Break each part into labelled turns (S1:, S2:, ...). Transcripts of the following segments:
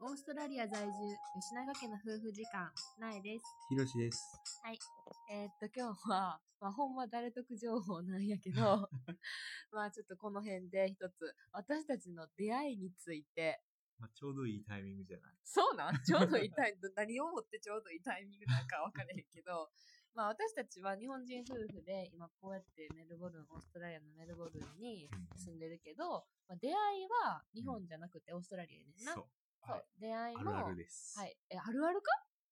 S1: オーストラリア在住、吉永家の夫婦時間、苗です。
S2: ひろしです。
S1: えーっと、今日は、まあ、ほんま誰得情報なんやけ ど、まあちょっとこの辺で一つ、私たちの出会いについて、
S2: まあ、ちょうどいいタイミングじゃない。
S1: そうなんちょうどいいタイミング、何をもってちょうどいいタイミングなんかわからへんけど、まあ私たちは日本人夫婦で、今こうやってメルボルン、オーストラリアのメルボルンに住んでるけど、まあ、出会いは日本じゃなくてオーストラリアやねんな。
S2: そう。
S1: そう
S2: はい。
S1: 出会い
S2: あ
S1: も、
S2: るあるです。
S1: はい。え、あるあるか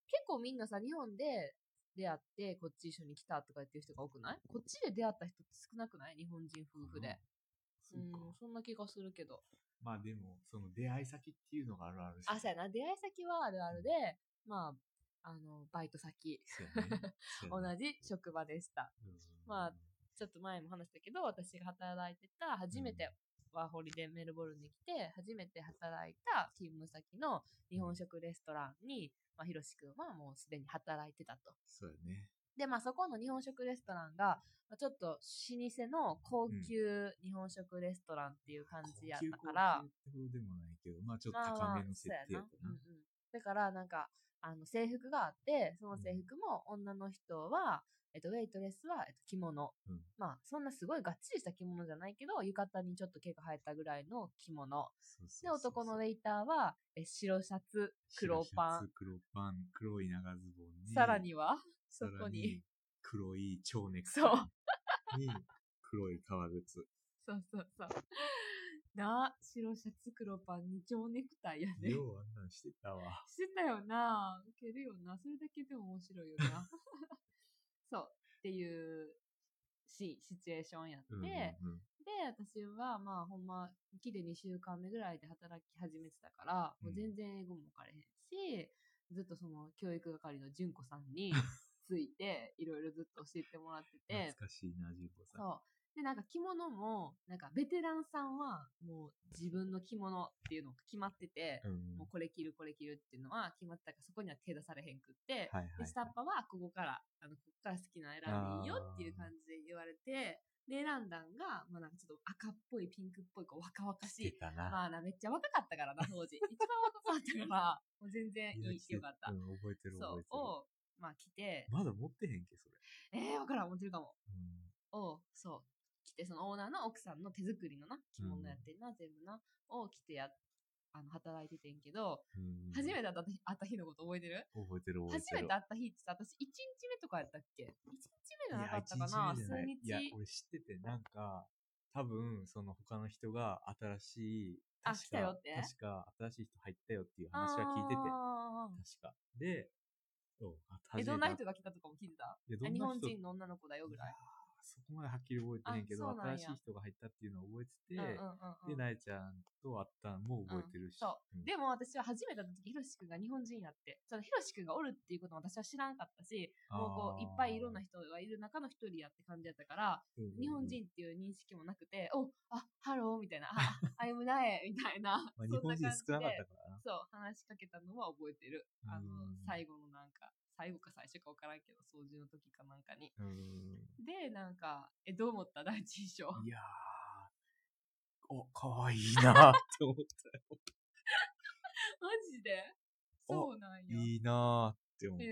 S1: 結構みんなさ、日本で出会って、こっち一緒に来たとか言ってる人が多くないこっちで出会った人って少なくない日本人夫婦で。
S2: そううか。
S1: ん、そんな気がするけど。
S2: まあでも、その出会い先っていうのがあるあるし
S1: あ、そうやな。出会い先はあるあるで、まあ、あの、バイト先。
S2: そうやね。そう
S1: 同
S2: やね
S1: じ職場でした。
S2: うん
S1: まあちょっと前も話したけど、私が働いてた、初めてワーホリでメルボルンに来て、初めて働いた勤務先の日本食レストランに、まあ、ひろしくんはもうすでに働いてたと。
S2: そうやね。
S1: で、まあそこの日本食レストランが、まあ、ちょっと老舗の高級日本食レストランっていう感じやったから、
S2: 高級高級ってほどでもないけど、まあちょっと
S1: まあま
S2: 高
S1: あ
S2: めの設定やった
S1: そうやな
S2: な
S1: うん。うん。だからなんか、あの制服があって、その制服も女の人は、えっと、ウェイトレスは、えっと、着物。
S2: うん
S1: まあ、そんなすごいがっちりした着物じゃないけど、浴衣にちょっと毛が生えたぐらいの着物。
S2: そうそう
S1: で、
S2: そうそう
S1: 男のウェイターは、え白シャツ、黒パ
S2: 白シャ
S1: ン。
S2: ツ黒パン、黒い長ズボンに、
S1: さらには、そ
S2: さらに、
S1: こに。
S2: 黒い蝶ネクタイ
S1: そう
S2: に、黒い革靴。
S1: そうそうそう。 なあ、白シャツ黒パン、二丁ネクタイやね。
S2: ようあんなんしてたわ。
S1: してたよな。ウケるよな。それだけでも面白いよ な。そう。っていうシシチュエーションやって、
S2: うんうん
S1: で、
S2: うん
S1: 私はまあほんま、きで2週間目ぐらいで働き始めてたから、もう全然英語も分かれへんし、ずっとその教育係の純子さんについ て、いろいろずっと教えてもらってて、
S2: 懐かしいな、15歳。
S1: そう。で、なんか着物も、なんかベテランさんはもう自分の着物っていうのが決まってて、
S2: うん
S1: もうこれ着るこれ着るっていうのは決まったからそこには手出されへんくって、
S2: はいはい
S1: で下っ端はここからあのここから好きなの選んでいいよっていう感じで言われてで選んだんが、まあ、なんかちょっと赤っぽいピンクっぽいこう若々し
S2: 着
S1: い
S2: てたな。
S1: まあなめっちゃ若かったからな当 時一番若かったからもう全然い
S2: や
S1: い
S2: 着て
S1: よかった、
S2: うん、覚えてる
S1: そ
S2: 覚え
S1: う
S2: てる。
S1: をまあ着て
S2: まだ持ってへんけ、それ。
S1: えー、わからん持ってるかも
S2: うん
S1: をそう着てそのオーナーの奥さんの手作りのな着物やってんな、全部なを着てやあの働いててんけど、
S2: うん
S1: 初めて会った日会った日のこと覚えてる
S2: 覚えてる覚え
S1: 初
S2: て
S1: め
S2: る。
S1: て会った日ってさ、私1日目とかやったっけ ?1 日目じゃなかったか
S2: いや
S1: な
S2: 一日目じゃ
S1: 数
S2: ない
S1: 日
S2: いや、俺知ってて、なんか、多分、その他の人が新しい、
S1: あ
S2: 確か
S1: 来たよって
S2: 確か、新しい人入ったよっていう話は聞いてて、
S1: あ
S2: 確か。で、そう、あ
S1: ーえ、
S2: 初
S1: ど
S2: め
S1: ん
S2: て
S1: な
S2: 会っ
S1: 人が来たとかも聞いてた
S2: いや
S1: あ
S2: どんな
S1: 日本
S2: 人
S1: 人の女の子だよぐらい。
S2: そこまではっきり覚えてへんけ
S1: あ
S2: ど
S1: そうなんや
S2: 新しい人が入ったっていうのを覚え
S1: うんうんう
S2: てて、
S1: ん
S2: で、
S1: うん
S2: なえちゃんと会ったのも覚えてるし。
S1: そ
S2: うん
S1: でも私は初めて会った時、ひろしくんが日本人やって、そのひろしくんがおるっていうことも私は知らんかったし、もうこういっぱいいろんな人がいる中の一人やって感じやったから、日本人っていう認識もなくて、おあ、ハローみたい な、あ、アイムナエみたいな、
S2: ま
S1: そん
S2: あ、日
S1: な
S2: 本人
S1: 感じ
S2: 少なかっ
S1: で
S2: たからな。
S1: そう、話しかけたのは覚えてる。あの
S2: うん、
S1: 最後のなんか、最後か最初か分からんけど、掃除の時かなんかに。
S2: うん
S1: で、なんか、え、どう思った第一 印象。
S2: いやー、お、かわいいなーって思っ
S1: マジで
S2: お
S1: そうなん
S2: た
S1: や
S2: よ。。いいなーって思っ
S1: え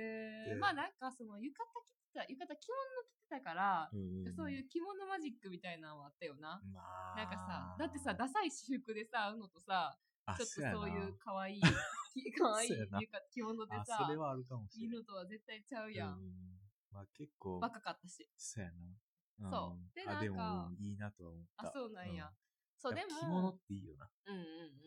S2: て。
S1: ー、まあなんかその浴衣着てた、浴衣着物着てたから、
S2: うん
S1: そういう着物マジックみたいなのはあったよな。
S2: まあ。
S1: なんかさ、だってさ、ダサい私服でさ、会うのとさ、
S2: あ
S1: ちょっと
S2: やな
S1: そういう可 愛い、き可愛い
S2: そうやな
S1: 浴衣着物で
S2: あ、
S1: さ
S2: それ、はあるかもし
S1: い
S2: れな
S1: る
S2: い。
S1: のとは絶対ちゃうや。
S2: うんんまあ結構、
S1: バカかったし。
S2: そうやな。
S1: そうんで
S2: あ、で
S1: なんか
S2: も、いいなとは思った。
S1: あ、そうなんや。
S2: うん
S1: そう、で
S2: やっ
S1: も
S2: ぱ、着物っていいよな。
S1: うんうんうんうん。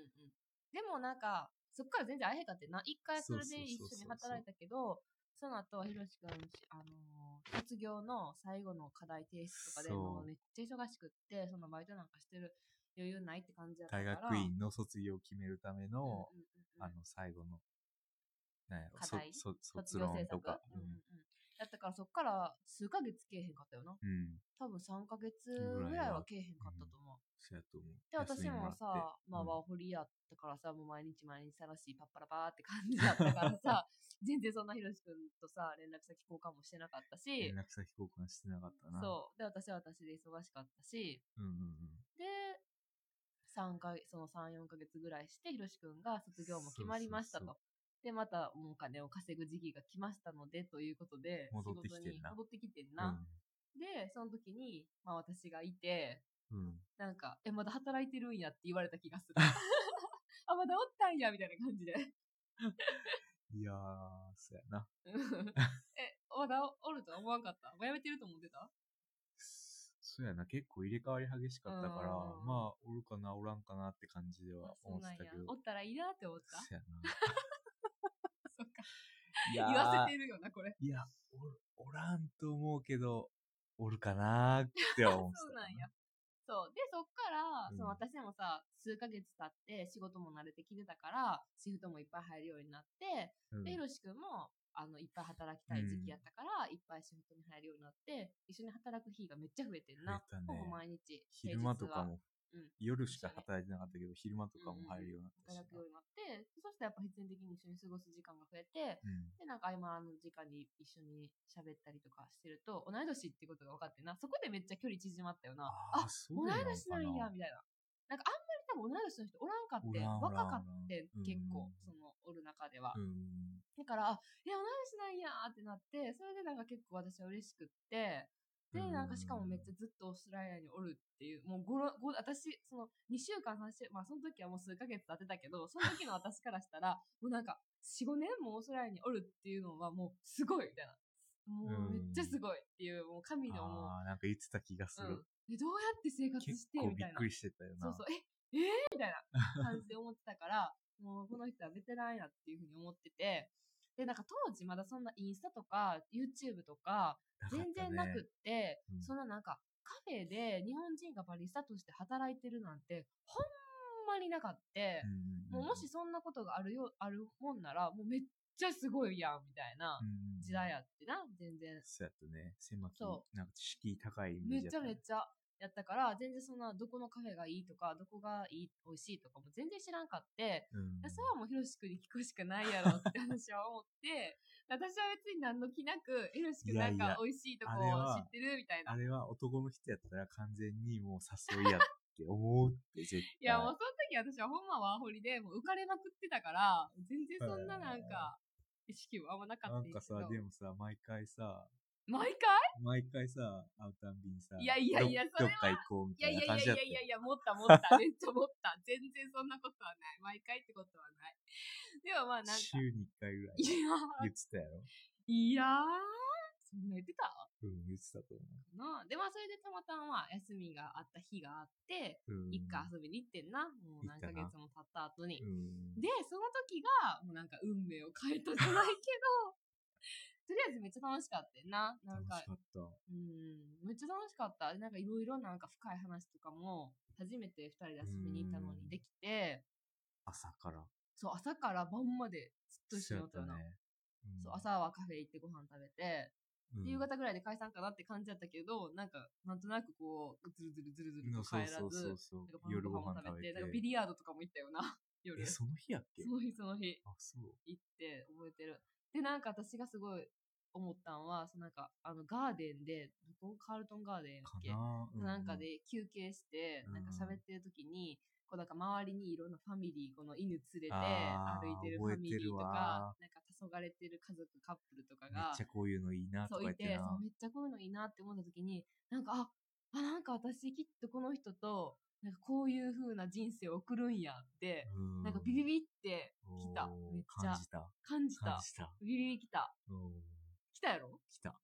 S1: でもなんか、そっから全然会えへんかってな。一回それで一
S2: そうそ
S1: 緒
S2: うそう
S1: に
S2: そう
S1: 働いたけど、その後はひろしくん、あのー卒業の最後の課題提出とかで
S2: そう
S1: もうめっちゃ忙しくって、そのバイトなんかしてる余裕ないって感じだったか
S2: 大
S1: ら。
S2: 学院の卒業を決めるため
S1: うんうん
S2: の、
S1: うん
S2: あの、最後の、なんやろ、
S1: 課
S2: そ
S1: 題
S2: そ
S1: 卒
S2: 卒
S1: 業
S2: 論
S1: 制
S2: と
S1: 作。
S2: か。
S1: うんうんうん。だったからそっから数ヶ月けえへんかったよな。
S2: うん。うん
S1: 多分3ヶ月
S2: ぐらいは
S1: ぐらいはけえへんかったと思う。
S2: そうやと思う。
S1: で、
S2: 休
S1: 私
S2: み
S1: も
S2: って
S1: さ、まあ、
S2: うん
S1: ワーホリやったからさ、もう毎日毎日楽しい、パッパラパーって感じだったから さ、全然そんなひろしくんとさ、連絡先交換もしてなかったし
S2: 連、絡先交換してなかったな。
S1: そう。で、私は私で忙しかったし、
S2: う。うんうんうん。
S1: で、 3か、その3、4ヶ月ぐらいして、ひろしくんが卒業も決まりましたと。そうそうそうで、またもうお金を稼ぐ時期が来ましたので、ということで、
S2: 戻ってきてんな。
S1: 戻ってきてんな。うん、で、その時に、まあ私がいて、
S2: うん、
S1: なんか、え、まだ働いてるんやって言われた気が する。あ、まだおったんや、みたいな感じで。
S2: いやー、そうやな。
S1: え、まだおるとは思わんかったもうやめてると思って た
S2: そうやな、結構入れ替わり激しかったから、まあ、おるかな、おらんかなって感じでは思ってたけど。
S1: おったらいいなって思った。
S2: そうやな。
S1: そっか。言わせてるよな、これ。
S2: いや、おおらんと思うけど、おるかなって思って た。
S1: そうなんや。そう。で、そっから、うん、その私でもさ、数ヶ月経って仕事も慣れてきてたから、シフトもいっぱい入るようになって、うん、で、ひろしくんも、あの、いっぱい働きたい時期やったから、うん、いっぱいシフトに入るようになって、一緒に働く日がめっちゃ増えてんな。
S2: 増えたね。
S1: 毎日。
S2: 昼間とかも、うん、夜しか働いてなかったけど、昼間とかも入るようになったし、
S1: 働くようになって、そしたらやっぱ必然的に一緒に過ごす時間が増えて、で、なんか今の時間に一緒に喋ったりとかしてると、同い年ってことが分かってな、そこでめっちゃ距離縮まったよな。あ、あ同い年なんや、みたいな。なんかあんまり多分同い年の人おらんかって、若かって結構、その、おる中では。だから、あ、え、同い年なんやってなって、それでなんか結構私は嬉しくって、で、なんかしかもめっちゃずっとオーストラリアにおるっていう、もうごろ、ご、私、その2週間3週、まあその時はもう数ヶ月経ってたけど、その時の私からしたら、もうなんか4、5年もオーストラリアにおるっていうのはもうすごいみたいな。もうめっちゃすごいっていう、もう神のもう。
S2: ああ、なんか言ってた気がする。うん、
S1: えどうやって生活してみたいな。
S2: びっくりしてたよ
S1: な。そうそう、え、えー、みたいな感じで思ってたから、 もうこの人はベテランやっていうふうに思ってて、で、なんか当時まだそんなインスタとか YouTube とか全然なくって、ねうん、そのなんかカフェで日本人がバリスタとして働いてるなんて、ほんまになかった。もうもしそんなことがあるよ、あるもんなら、もうめっちゃすごいやん、みたいな時代やってな、全然。
S2: そうやったね。狭き、なんか知識高いイ
S1: メージ、ね、めちゃめちゃ。やったから、全然そんな、どこのカフェがいいとか、どこがいい、美味しいとかも全然知らんかって、うん、それはもうヒロシ君に聞くしかないやろって話は思って、 私は別に何の気なく、ヒロシ君なんか美味しいとこを知ってるみたいな。
S2: あれは男の人やったら完全にもう誘いやって思うって絶対。
S1: いやもうその時私はほんまワーホリで、もう浮かれまくってたから、全然そんななんか、意識はあんまなかった
S2: なんかさ、でもさ、毎回さ、
S1: 毎回
S2: 毎回さ、会うたんびにさ、
S1: いやいやいや、
S2: それは。どっか行こうみたいな感じだった
S1: いやいやいやいや、持った持った 、めっちゃ持った。全然そんなことはない。毎回ってことはない。でもまあなんか。
S2: 週に1回ぐらい言ってたやろ。
S1: いやー、そんな言ってた
S2: うん、言ってたと思
S1: う。なで、まあそれでたまたま休みがあった日があって、うん、一回遊びに行ってんな。もう何ヶ月も経った後に。で、その時が、もうなんか運命を変えたじゃないけど、 とりあえずめっちゃ楽しかったよな。なんか。
S2: 楽しかった。
S1: うん。めっちゃ楽しかった。なんかいろいろなんか深い話とかも、初めて二人で遊びに行ったのにできて。
S2: 朝から。
S1: そう、朝から晩までずっと一緒におったよな。そう,ねうん、そう、朝はカフェ行ってご飯食べて、うん、夕方ぐらいで解散かなって感じだったけど、なんか、なんとなくこう、ずるずるずるずると帰らず、なんかパンご飯食べて、なんかビリヤードとかも行ったよな。 夜。
S2: その日やっけ
S1: その日その日。
S2: あ、そう。
S1: 行って覚えてる。で、なんか私がすごい思ったんは、そのなんか、あの、ガーデンで、どこカールトンガーデンやっけな,うん、なんかで休憩して、なんか喋ってる時に、こうなんか周りにいろんなファミリー、この犬連れて歩いてるファミリーとか、なんか黄昏れてる家族、カップルとかが、
S2: めっちゃこういうのいいなとか
S1: そういて、そうめっちゃこういうのいいなって思った時に、なんか、あ、あ、なんか私きっとこの人と、なんかこういう風な人生を送るんやって、んなんかビビビってきた。めっちゃ。
S2: 感じた。
S1: 感じた。
S2: 感じた
S1: ビビビきた。来たやろ
S2: 来た。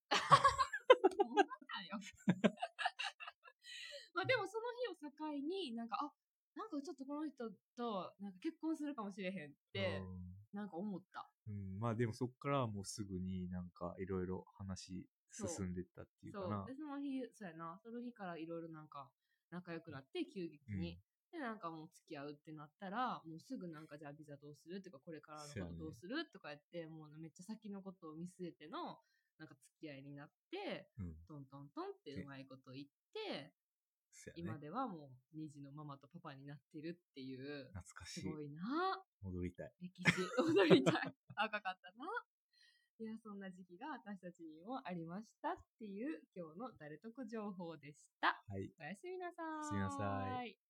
S1: まあでもその日を境に、なんか、あ、なんかちょっとこの人となんか結婚するかもしれへんって、なんか思った。
S2: うん、まあでもそっからもうすぐになんかいろいろ話進んでったっていうかな。
S1: そうで、その日、そうやな。その日からいろいろなんか、仲良くなって急激に、うん、でなんかもう付き合うってなったらもうすぐなんかじゃあビザどうするとかこれからのことどうするとかやってもうめっちゃ先のことを見据えてのなんか付き合いになって、うん、トントントンってうまいこと言って、ね、今ではもう2児のママとパパになってるっていう
S2: 懐かしい
S1: すごいな
S2: 戻りたい
S1: 歴史戻りたい 赤かったないやそんな時期が私たちにもありましたっていう今日の誰得情報でした。
S2: はい、
S1: おやすみなさ
S2: い。おやすみなさい。